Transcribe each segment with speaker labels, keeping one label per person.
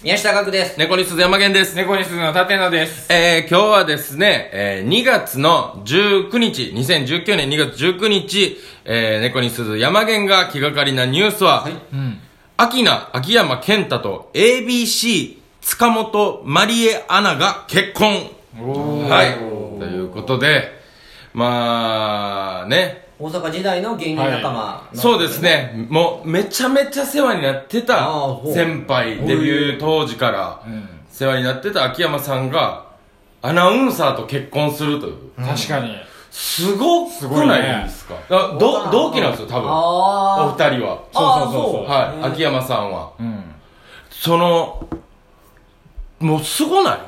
Speaker 1: 宮下岳です。
Speaker 2: 猫に鈴山源です。
Speaker 3: 猫にするの立野です。
Speaker 2: えー、今日はですね、えー、2月の19日、2019年2月19日、えー、猫に鈴山源が気がかりなニュースは、
Speaker 3: うん。
Speaker 2: 秋名、秋山健太と ABC、塚本まりえアナが結婚
Speaker 3: おー
Speaker 2: はい。ということで、まあ、ね、
Speaker 1: 大阪時代の芸人仲間、
Speaker 2: そうです。ね、もうめちゃめちゃ世話になってた
Speaker 1: あーほう
Speaker 2: 先輩、デビュー当時から
Speaker 3: ん
Speaker 2: 世話になってた秋山さんが、アナウンサーと結婚するという。
Speaker 3: 確かに。
Speaker 2: すご
Speaker 3: す
Speaker 2: く
Speaker 3: ごい
Speaker 2: ない
Speaker 3: ね
Speaker 2: ですかあど同期なんですよ、多分。お
Speaker 1: あー。
Speaker 2: 二人は。
Speaker 1: あー
Speaker 3: そうそうそうそう
Speaker 2: はい、秋山さんは。
Speaker 3: うん。
Speaker 2: その、もうすごない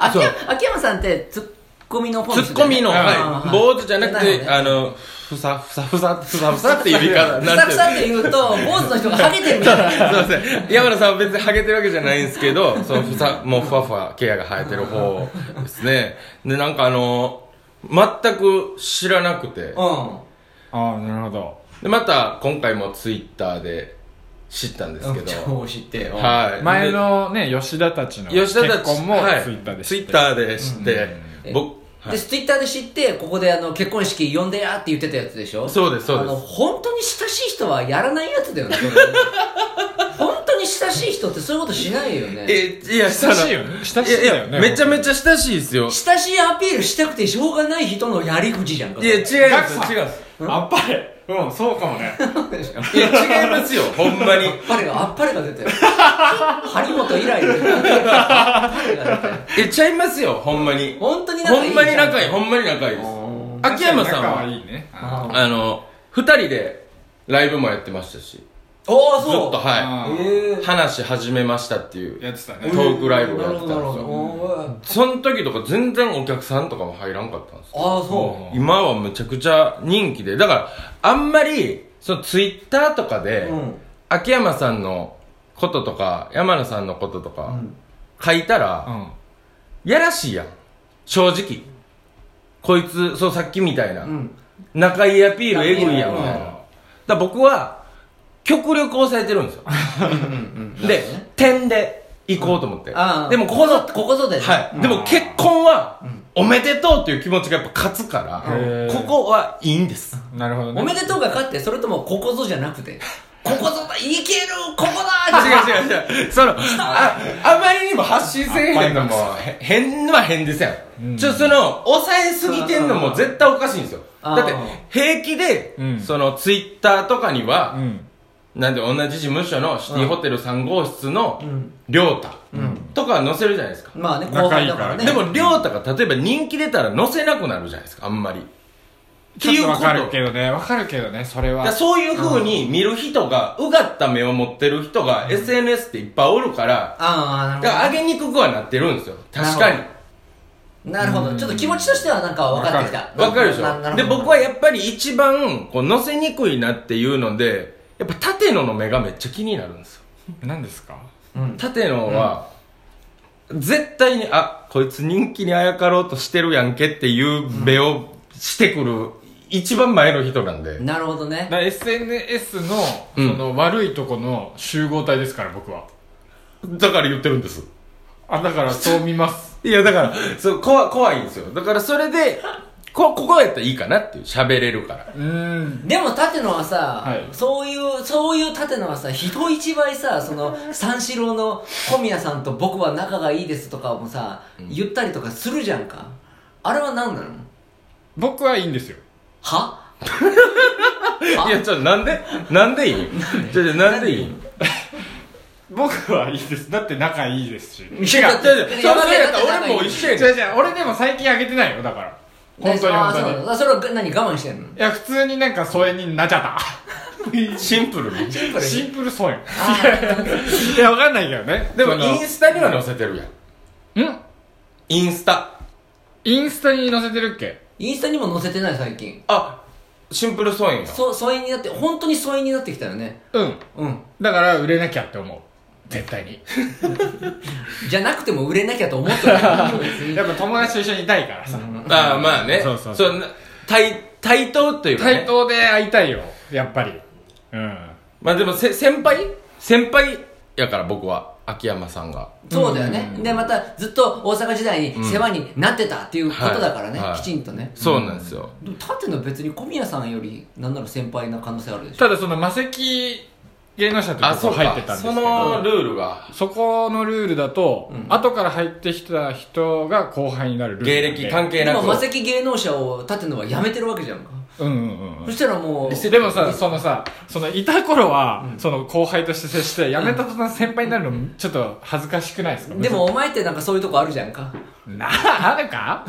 Speaker 1: 秋
Speaker 2: そう
Speaker 1: 山秋山さんってツッコミの本
Speaker 2: ツッコミの、
Speaker 3: うん
Speaker 2: はい、坊主じゃなくて、あ
Speaker 1: あ
Speaker 2: の、ふさふさふさ、ふさふさっていう言い方に
Speaker 1: ふ
Speaker 2: な
Speaker 1: さ
Speaker 2: って
Speaker 1: ふ
Speaker 2: る。
Speaker 1: さって言うと、坊主の人がハゲてるみたいな。
Speaker 2: すいません山田さんは別にハゲてるわけじゃないんですけどそのふさもうふわふわケアが生えてる方ですねでなんかあの全く知らなくて
Speaker 1: う
Speaker 3: ああ、なるほど。
Speaker 2: でまた今回もツイッターで知ったんですけ
Speaker 1: ん。ちょっ
Speaker 2: ど
Speaker 1: と知ってよ。
Speaker 2: はいで
Speaker 3: 前のね、吉田たちの
Speaker 2: 吉
Speaker 3: 結
Speaker 2: 田たち
Speaker 3: 婚も
Speaker 2: はい
Speaker 3: ツイッターで
Speaker 2: ツイ
Speaker 3: 知っ
Speaker 2: ッ
Speaker 3: て
Speaker 2: ターで知って
Speaker 1: うん
Speaker 2: 僕は
Speaker 1: で、
Speaker 2: い
Speaker 1: ツイッターで知って、ここであの結婚式呼んでやって言ってたやつでしょ
Speaker 2: そうですそうです
Speaker 1: あの、本当に親しい人はやらないやつだよ ね。本当に親しい人ってそういうことしないよね。
Speaker 2: えいや
Speaker 3: 親しいよね
Speaker 2: その
Speaker 3: 親しいだよね
Speaker 2: ややめちゃめちゃ親しいですよ
Speaker 1: 親しいアピールしたくてしょうがない人のやり口じゃんか。
Speaker 2: いや違います違い
Speaker 3: ガ
Speaker 2: ま
Speaker 3: クさん
Speaker 2: すい
Speaker 3: あっぱれ。うん、そうかもね。
Speaker 2: や違いますよほんまに
Speaker 1: あっぱれが、あっぱれが出 てる。張本以来の。あっぱれが出てる
Speaker 2: えちゃいますよほんまに
Speaker 1: 本当に仲
Speaker 2: ほ
Speaker 1: いい
Speaker 2: ん
Speaker 1: じゃ
Speaker 2: まに仲いいほんまに仲いいです 秋山さん
Speaker 3: 仲
Speaker 2: は
Speaker 3: はいいね。
Speaker 1: あー
Speaker 2: あの二人でライブもやってましたしず
Speaker 1: おー
Speaker 2: っと
Speaker 1: そう
Speaker 2: は
Speaker 3: あー
Speaker 1: え
Speaker 2: い話始めましたっていう
Speaker 3: やってた
Speaker 2: ト
Speaker 3: ね。
Speaker 2: ークライブを
Speaker 1: な
Speaker 2: やっ
Speaker 1: る
Speaker 2: て
Speaker 1: ほどな
Speaker 2: たん
Speaker 1: る
Speaker 2: で
Speaker 1: ほ
Speaker 2: す
Speaker 1: ど
Speaker 2: よ
Speaker 1: おー
Speaker 2: その時とか全然お客さんとかも入らんかったんですよ
Speaker 1: ああそ
Speaker 2: 今はむちゃくちゃ人気でだからあんまりそのツイッターとかで、
Speaker 1: ううん
Speaker 2: 秋山さんのこととか山野さんのこととか
Speaker 1: ん
Speaker 2: 書いたら、
Speaker 3: うん。
Speaker 2: やらしいやん正直こいつそうさっきみたいな、
Speaker 1: うん
Speaker 2: 仲いいアピールえぐいやん
Speaker 1: う
Speaker 2: み
Speaker 1: ん
Speaker 2: たいなだから僕は極力抑えてるんです よで点で行こうと思って、
Speaker 1: ああ
Speaker 2: でもここの
Speaker 1: ここぞだよね
Speaker 2: はい、でも結婚は、おめでとうっていう気持ちがやっぱ勝つから、
Speaker 3: へー
Speaker 2: ここはいいんです
Speaker 3: なるほどね。
Speaker 1: おめでとうが勝ってそれともここぞじゃなく てここぞだいけるここだ
Speaker 2: 違う違う違うそのああまりにも発信せえへんのもへ変は変ですやん、ちょその抑えすぎてんのも絶対おかしいんですよ
Speaker 1: あー
Speaker 2: だって平気で、
Speaker 3: うん
Speaker 2: そのツイッターとかには
Speaker 3: う、ん。
Speaker 2: なんで同じ事務所のシティホテル3号室の
Speaker 1: ん
Speaker 2: 亮太とかは載せるじゃないですか、
Speaker 1: まあね後輩だからね
Speaker 2: でも亮太が例えば人気出たら載せなくなるじゃないですかあんまりって
Speaker 3: ち
Speaker 2: い
Speaker 3: ょ
Speaker 2: う
Speaker 3: っと
Speaker 2: こ
Speaker 3: わ
Speaker 2: と
Speaker 3: かるけどね。わかるけどね、それ
Speaker 2: だから
Speaker 3: は。
Speaker 2: そういう風に見る人が、うがった目を持ってる人が SNS っていっぱいおるから、
Speaker 1: ああ
Speaker 2: だから
Speaker 1: なるほ
Speaker 2: 上げにくくはなってるんですよ確かに
Speaker 1: どなるほどちょっと気持ちとしてはなんか分かってきた
Speaker 2: わかるでし
Speaker 1: なな
Speaker 2: ょ
Speaker 1: る
Speaker 2: で
Speaker 1: ほど
Speaker 2: 僕はやっぱり一番こう載せにくいなっていうのでやっぱ縦野の目がめっちゃ気になるんですよ
Speaker 3: 何ですか
Speaker 1: うん
Speaker 2: 縦野は、絶対にあこいつ人気にあやかろうとしてるやんけっていう目をしてくる一番前の人なんで、
Speaker 1: なるほど
Speaker 3: だ
Speaker 1: ね
Speaker 3: から SNS の、そ
Speaker 2: うん
Speaker 3: の悪いとこの集合体ですから、僕は。
Speaker 2: だから言ってるんです
Speaker 3: あ、だからそう見ます。
Speaker 2: いやだからそう怖怖いんですよだからそれでこここやったらいいかなっていう喋れるから
Speaker 3: うーん。
Speaker 1: でも舘野はさ、
Speaker 3: はい
Speaker 1: そういうそういう舘野はさ人一倍さその三四郎の小宮さんと僕は仲がいいですとかもさ、言ったりとかするじゃんかあれは何なの
Speaker 3: 僕はいいんですよ。
Speaker 1: はい
Speaker 2: やちょっとなんでなんでいいちょっとなんでいい
Speaker 3: 僕はいいです。だって仲いいですし。違う。
Speaker 1: い
Speaker 2: 違う
Speaker 1: や
Speaker 2: 違う違う
Speaker 1: いや
Speaker 2: そのせいやった
Speaker 1: 山田
Speaker 2: ら
Speaker 1: が
Speaker 2: 俺も一緒やねん
Speaker 3: 違う違う、俺でも最近あげてないよ、だから。本当に
Speaker 1: あー
Speaker 3: 本
Speaker 1: そうな
Speaker 3: 当に。
Speaker 1: のそれは何我慢してんの
Speaker 3: いや、普通になんか疎遠になっちゃった。
Speaker 2: シンプルに
Speaker 1: シンプル
Speaker 3: シ
Speaker 1: に
Speaker 3: ンプル疎遠。 いや、わかんないけどね。
Speaker 2: でも
Speaker 3: その
Speaker 2: インスタには載せてるやん
Speaker 3: ん
Speaker 2: インスタ
Speaker 3: インスタに載せてるっけ
Speaker 1: インスタにも載せてない最近
Speaker 2: あシンプルそうやんや
Speaker 1: そ疎遠になって本当に疎遠になってきたよね
Speaker 3: うん。
Speaker 1: うん
Speaker 3: だから、売れなきゃって思う。絶対に。
Speaker 1: じゃなくても売れなきゃと思 ってた別に
Speaker 3: やっぱ友達と一緒にいたいからさ。
Speaker 2: ああまあね
Speaker 3: そうそうそう
Speaker 2: な対対等というか
Speaker 3: 対
Speaker 2: ね
Speaker 3: 等で会いたいよ、やっぱり。うん。
Speaker 2: まあでもせ先輩先輩やから僕は秋山さんが
Speaker 1: そうだよね、でまたずっと大阪時代に世話になってたっていうことだからね、
Speaker 2: はいはい
Speaker 1: きちんとね
Speaker 2: そうなんですよ、
Speaker 1: でも舘野別に小宮さんよりなんなら先輩な可能性あるでしょ
Speaker 3: ただその魔石芸能者って
Speaker 2: あ
Speaker 3: と
Speaker 2: そ
Speaker 3: こ
Speaker 2: う
Speaker 3: 入
Speaker 2: か
Speaker 3: ってたんです
Speaker 2: そ
Speaker 3: けど
Speaker 2: のルールが
Speaker 3: そこのルールだと、後から入ってきた人が後輩になるルール
Speaker 2: 芸歴関係
Speaker 1: で
Speaker 2: な
Speaker 1: も
Speaker 2: く
Speaker 1: マセキ芸能者を舘野は辞めてるわけじゃんか、
Speaker 3: 係うんうんう
Speaker 1: そ
Speaker 3: ん
Speaker 1: したらもう
Speaker 3: でもさ、そのさ、そのいた頃は、その後輩として接して、辞めた途端先輩になるの、ちょっと恥ずかしくないですか
Speaker 1: で、もお前ってなんかそういうとこあるじゃんか
Speaker 3: なあ、あるか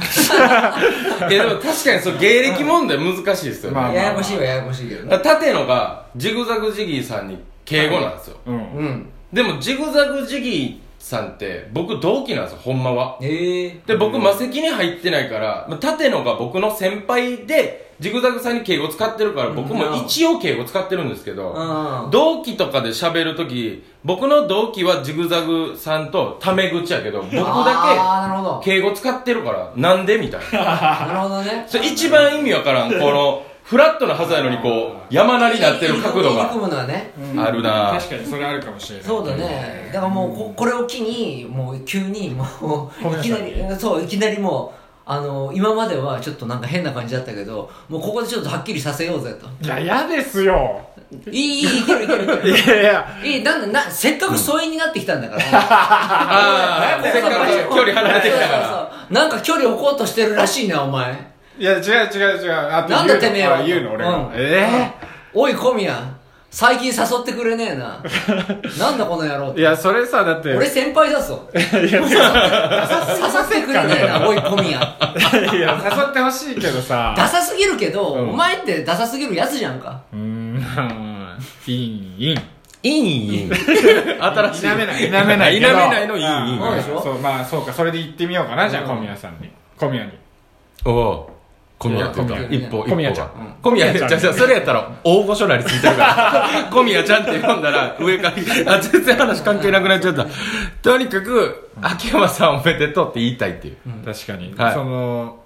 Speaker 2: いやでも確かにそう芸歴問題難しいですよね、
Speaker 3: まあ
Speaker 1: ややこしいはややこしいけどね
Speaker 2: だから舘野がジグザグジギーさんに敬語なんですよ、
Speaker 3: うん。
Speaker 1: うん
Speaker 2: でもジグザグジギーさんって僕同期なんですよほんまは
Speaker 1: ええ
Speaker 2: で僕魔石に入ってないからまあ舘野が僕の先輩でジグザグさんに敬語使ってるから僕も一応敬語使ってるんですけど、
Speaker 1: うん
Speaker 2: 同期とかで喋るとき僕の同期はジグザグさんとタメ口やけど僕だ
Speaker 1: ああなるほど
Speaker 2: け敬語使ってるからなんでみたいな
Speaker 1: なるほどね
Speaker 2: それ一番意味わからんこのフラットなはずやのにこう山なりになってる角度
Speaker 1: 入り組
Speaker 2: が
Speaker 1: むのはね
Speaker 2: あるな
Speaker 3: 確かにそれあるかもしれない。
Speaker 1: そうだねだからもうここれを機にもう急にも
Speaker 3: ご
Speaker 1: う
Speaker 3: めん
Speaker 1: い
Speaker 3: な
Speaker 1: き
Speaker 3: さ
Speaker 1: ないりそういきなりもうあの今まではちょっとなんか変な感じだったけどもうここでちょっとはっきりさせようぜと
Speaker 3: いや、嫌ですよ。
Speaker 1: いいいいいけるいけるいける
Speaker 3: いやいや、
Speaker 1: いいなんだなせっかく疎遠になってきたんだから
Speaker 2: ああせっかく距離離れてきたから
Speaker 1: そうそうそうなんか距離置こうとしてるらしいなお前
Speaker 3: いや、違う違う違う。あと
Speaker 1: なんだてめえは
Speaker 3: 言うの俺が。
Speaker 1: うん
Speaker 3: え
Speaker 1: おい小宮最近誘ってくれねえななんだこの野郎っ
Speaker 3: えい
Speaker 1: て
Speaker 3: や、それさ、だって。
Speaker 1: 俺先輩だぞ
Speaker 3: いや、
Speaker 1: 刺さってくれねえなおい小宮
Speaker 3: いや誘ってほしいけど さ。
Speaker 1: ダサすぎるけど、
Speaker 3: うん
Speaker 1: お前ってダサすぎるやつじゃんか
Speaker 3: うーん、いい、いい。
Speaker 2: いいいい 新しい
Speaker 3: 否めない、否めないけど。
Speaker 2: 否めないのいいいい
Speaker 1: そうでしょ
Speaker 3: そう、まあ、そうか、それで行ってみようかな、じゃあ、
Speaker 1: うん
Speaker 3: 小宮さんに。小宮に。
Speaker 2: おお小宮って言った
Speaker 1: 小宮
Speaker 2: 一歩一歩
Speaker 3: 小宮ちゃん
Speaker 2: が小宮ちゃんじゃあそれやったら大御所なりついてるから 小宮ちゃんって呼んだら上からあ全然話関係なくなっちゃったとにかく秋山さんおめでとうって言いたいっていう
Speaker 3: 確かに。
Speaker 2: はい
Speaker 3: その、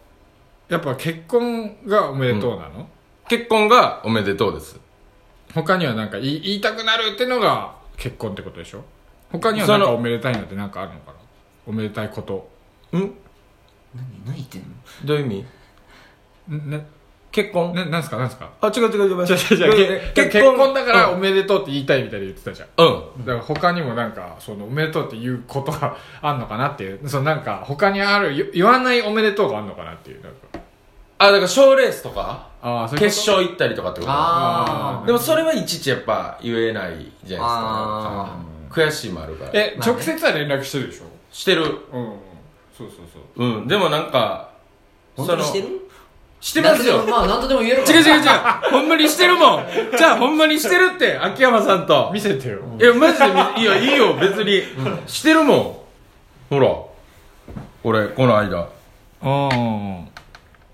Speaker 3: やっぱ結婚がおめでとうなの
Speaker 2: 結婚がおめでとうです
Speaker 3: 他にはなんか言い言いたくなるってのが結婚ってことでしょ他にはなん
Speaker 2: そ
Speaker 3: か
Speaker 2: の
Speaker 3: おめでたいのってなんかあるのかなおめでたいこと。
Speaker 2: ん
Speaker 1: 何何言ってんの
Speaker 2: どういう意味
Speaker 3: んね、
Speaker 2: 結婚
Speaker 3: ななんすかなんすか
Speaker 2: あ、違う違う違う。
Speaker 3: 違う違う違う。結
Speaker 2: 結
Speaker 3: 婚
Speaker 2: 婚
Speaker 3: だからおめでとうって言いたいみたいで言ってたじゃん。
Speaker 2: うん。
Speaker 3: だから他にもなんか、そのおめでとうって言うことがあんのかなっていう。そのなんか他にあるよ言わないおめでとうがあんのかなっていう。なんか
Speaker 2: あ、だから賞レースとか、
Speaker 3: ああ、そういうこと
Speaker 2: 決。勝行ったりとかってこと
Speaker 1: あ
Speaker 3: ー
Speaker 2: でもそれはいちいちやっぱ言えないじゃ
Speaker 1: あ
Speaker 2: ないですか。悔しいもあるから。
Speaker 3: え、
Speaker 1: まあね
Speaker 3: 直接は連絡してるでしょ
Speaker 2: してる。
Speaker 3: うんうん。そうそうそう。
Speaker 2: うん。でもなんか、
Speaker 1: ー本当にしてる
Speaker 2: そのしてます
Speaker 1: な
Speaker 2: よ
Speaker 1: んとで。もまあ何とでも言えるか
Speaker 2: 違う
Speaker 1: ら
Speaker 2: 違う違う。ほんまにしてるもん。じゃあほんまにしてるって、秋山さんと。
Speaker 3: 見せてよ。
Speaker 2: いや、マジでみ、いや、いいよ、別に。してるもん。ほら。俺、この間。
Speaker 3: ああ、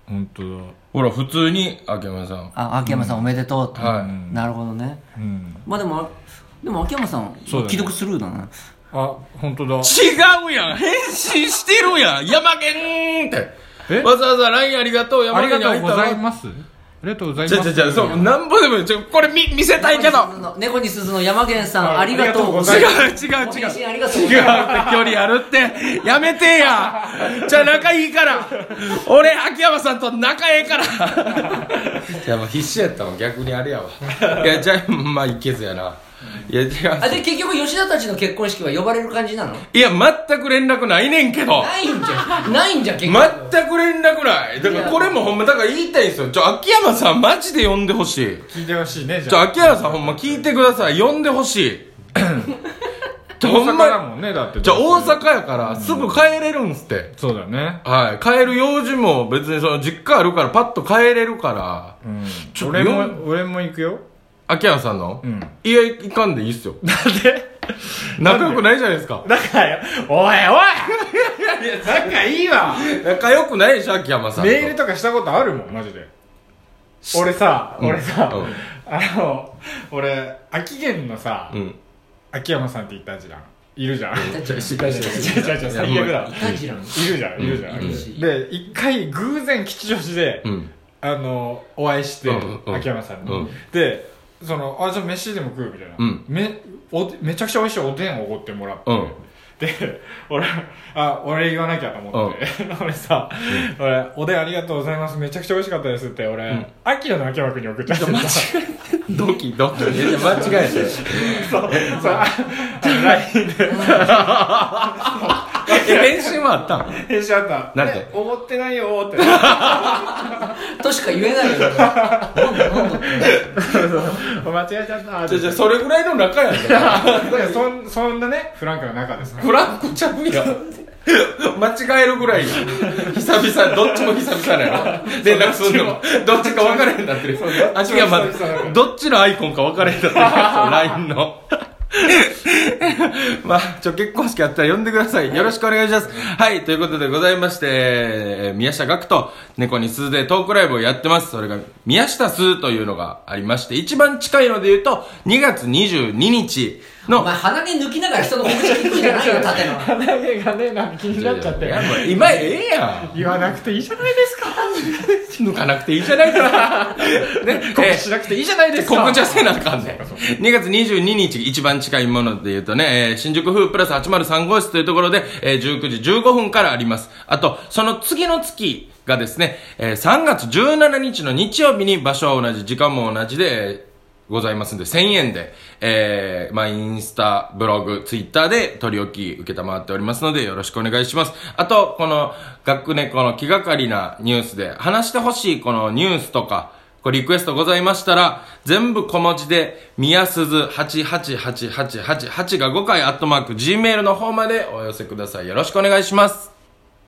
Speaker 3: 本当だ。
Speaker 2: ほら、普通に、秋山さん。
Speaker 1: あ秋山さんおめでとうって、
Speaker 2: はい
Speaker 1: なるほどね
Speaker 3: うん。
Speaker 1: まあでもでも秋山さん
Speaker 3: そうだね
Speaker 1: 既読スルーだな
Speaker 3: あ、本当だ。
Speaker 2: 違うやん返信してるやん山県って
Speaker 3: え
Speaker 2: わざわざ LINE ありがとう
Speaker 3: あ
Speaker 2: 山
Speaker 3: り
Speaker 2: 県
Speaker 3: が
Speaker 2: に会
Speaker 3: とう
Speaker 2: い
Speaker 3: ござい
Speaker 2: たわ
Speaker 3: ます。ありがとうござい
Speaker 2: じ
Speaker 3: ま
Speaker 2: ゃじ
Speaker 3: す。
Speaker 2: ゃじゃそうなんぼでもいいちょこれ見見せたいけど
Speaker 1: 猫に鈴の猫に鈴の山源さんありがとうご
Speaker 2: 違
Speaker 1: ざ
Speaker 2: う
Speaker 1: います
Speaker 2: 違う
Speaker 1: ご
Speaker 2: 違う違う
Speaker 1: 返
Speaker 2: って
Speaker 1: 信ありがとうござ
Speaker 2: 距
Speaker 1: います
Speaker 2: 離あるってやめてやじゃあ仲いいから俺秋山さんと仲ええからいやもう必死やったもん逆にあれやわいやじゃあまあいけずやないや違
Speaker 1: あ
Speaker 2: う
Speaker 1: で結局吉田たちの結婚式は呼ばれる感じなの
Speaker 2: いや全く連絡ないねんけど
Speaker 1: ないんじゃんないんじゃん結局
Speaker 2: 全く連絡ないだからこれもほんまだから言いたいんですよちょ秋山さんマジで呼んでほしい
Speaker 3: 聞いてほしいね、じ
Speaker 2: ちょ
Speaker 3: ゃあ。
Speaker 2: 秋山さんほんま聞いてください呼んでほしいちょ
Speaker 3: 大
Speaker 2: ほ
Speaker 3: 阪
Speaker 2: ん
Speaker 3: だ
Speaker 2: ま
Speaker 3: もんね、だって。
Speaker 2: じゃ大阪やからすぐ帰れるんすって
Speaker 3: そうだね。
Speaker 2: はい帰る用事も別にその実家あるからパッと帰れるから
Speaker 3: うん。
Speaker 2: ちょ
Speaker 3: 俺
Speaker 2: よ
Speaker 3: も、俺も行く よ。
Speaker 2: 秋山さんの、
Speaker 3: うん
Speaker 2: いや行かんでいいっす よ
Speaker 3: なんで
Speaker 2: 仲良くないじゃないですか
Speaker 3: だからよ、おいおいいや、仲いいわ
Speaker 2: 仲良くないでしょ秋山さんと
Speaker 3: メールとかしたことあるもん、マジで。俺さ、
Speaker 2: うん
Speaker 3: 俺さ、
Speaker 2: うん
Speaker 3: あの、俺、秋元のさ、
Speaker 2: うん
Speaker 3: 秋山さんって言ったじゃん。いるじゃん。違
Speaker 1: いた
Speaker 3: う
Speaker 1: じらん
Speaker 2: しかし
Speaker 3: 違う違う、最悪だ
Speaker 1: い。たじらん
Speaker 3: いるじゃん、いるじゃん。
Speaker 1: いるし
Speaker 3: で、一回偶然吉祥寺で、
Speaker 2: うん
Speaker 3: あの、お会いして、
Speaker 2: うんうん
Speaker 3: 秋山さんに。
Speaker 2: うん
Speaker 3: で、そのあじゃあ飯でも食うみたいな、
Speaker 2: うん
Speaker 3: めおめちゃくちゃ美味しいおでんをおごってもらって、
Speaker 2: うん
Speaker 3: で俺あ俺言わなきゃと思って、 俺さ、俺おでんありがとうございますめちゃくちゃ美味しかったですって俺、
Speaker 2: ん
Speaker 3: 秋田の秋葉君に送っちゃって
Speaker 2: 間違
Speaker 3: さ
Speaker 2: えてドキドキいや間違えて
Speaker 3: さあの LINE で
Speaker 2: え練習もあったん
Speaker 3: 返信あった
Speaker 2: なんて
Speaker 3: ねおごってないよ ーって
Speaker 1: としか言えないよねなんだなんだって
Speaker 3: 間違えちゃったーっ
Speaker 2: じ
Speaker 3: て
Speaker 2: ゃじゃそれぐらいの仲やん
Speaker 3: だからそんそんなねフランクの中ですね
Speaker 2: フランクちゃうやん間違えるぐらい久々どっちも久々だよ連絡するのもどっちか分からへんなってる
Speaker 3: そうどっちも
Speaker 2: あ違うまだ
Speaker 3: 久々だから
Speaker 2: どっちのアイコンか分からへん なってる LINE の まあ、ちょ、結婚式あったら呼んでください。よろしくお願いします。はい、ということでございまして、えー宮下楽と猫に鈴でトークライブをやってます。それが、宮下鈴というのがありまして、一番近いので言うと、2月22日の
Speaker 1: お、前鼻毛抜きながら人の告知聞くんじゃないよ縦 の
Speaker 3: 鼻毛がねなんか気になっちゃって
Speaker 2: いやもう今ええやん
Speaker 3: 言わなくていいじゃないですか
Speaker 2: 抜かなくていいじゃない かね
Speaker 3: 告知しなくていいじゃないですか
Speaker 2: 告知はせなあかんね2月22日一番近いもので言うとね、えー新宿風プラス803号室というところで、えー19時15分からありますあとその次の月がですね、えー3月17日の日曜日に場所は同じ時間も同じで、えーございますんで、1000円で、えー、まあ、インスタ、ブログ、ツイッターで取り置き受けたまわっておりますので、よろしくお願いします。あと、この、学猫の気がかりなニュースで、話してほしいこのニュースとか、これリクエストございましたら、全部小文字で、宮鈴8888888が5回アットマーク Gmail の方までお寄せください。よろしくお願いします。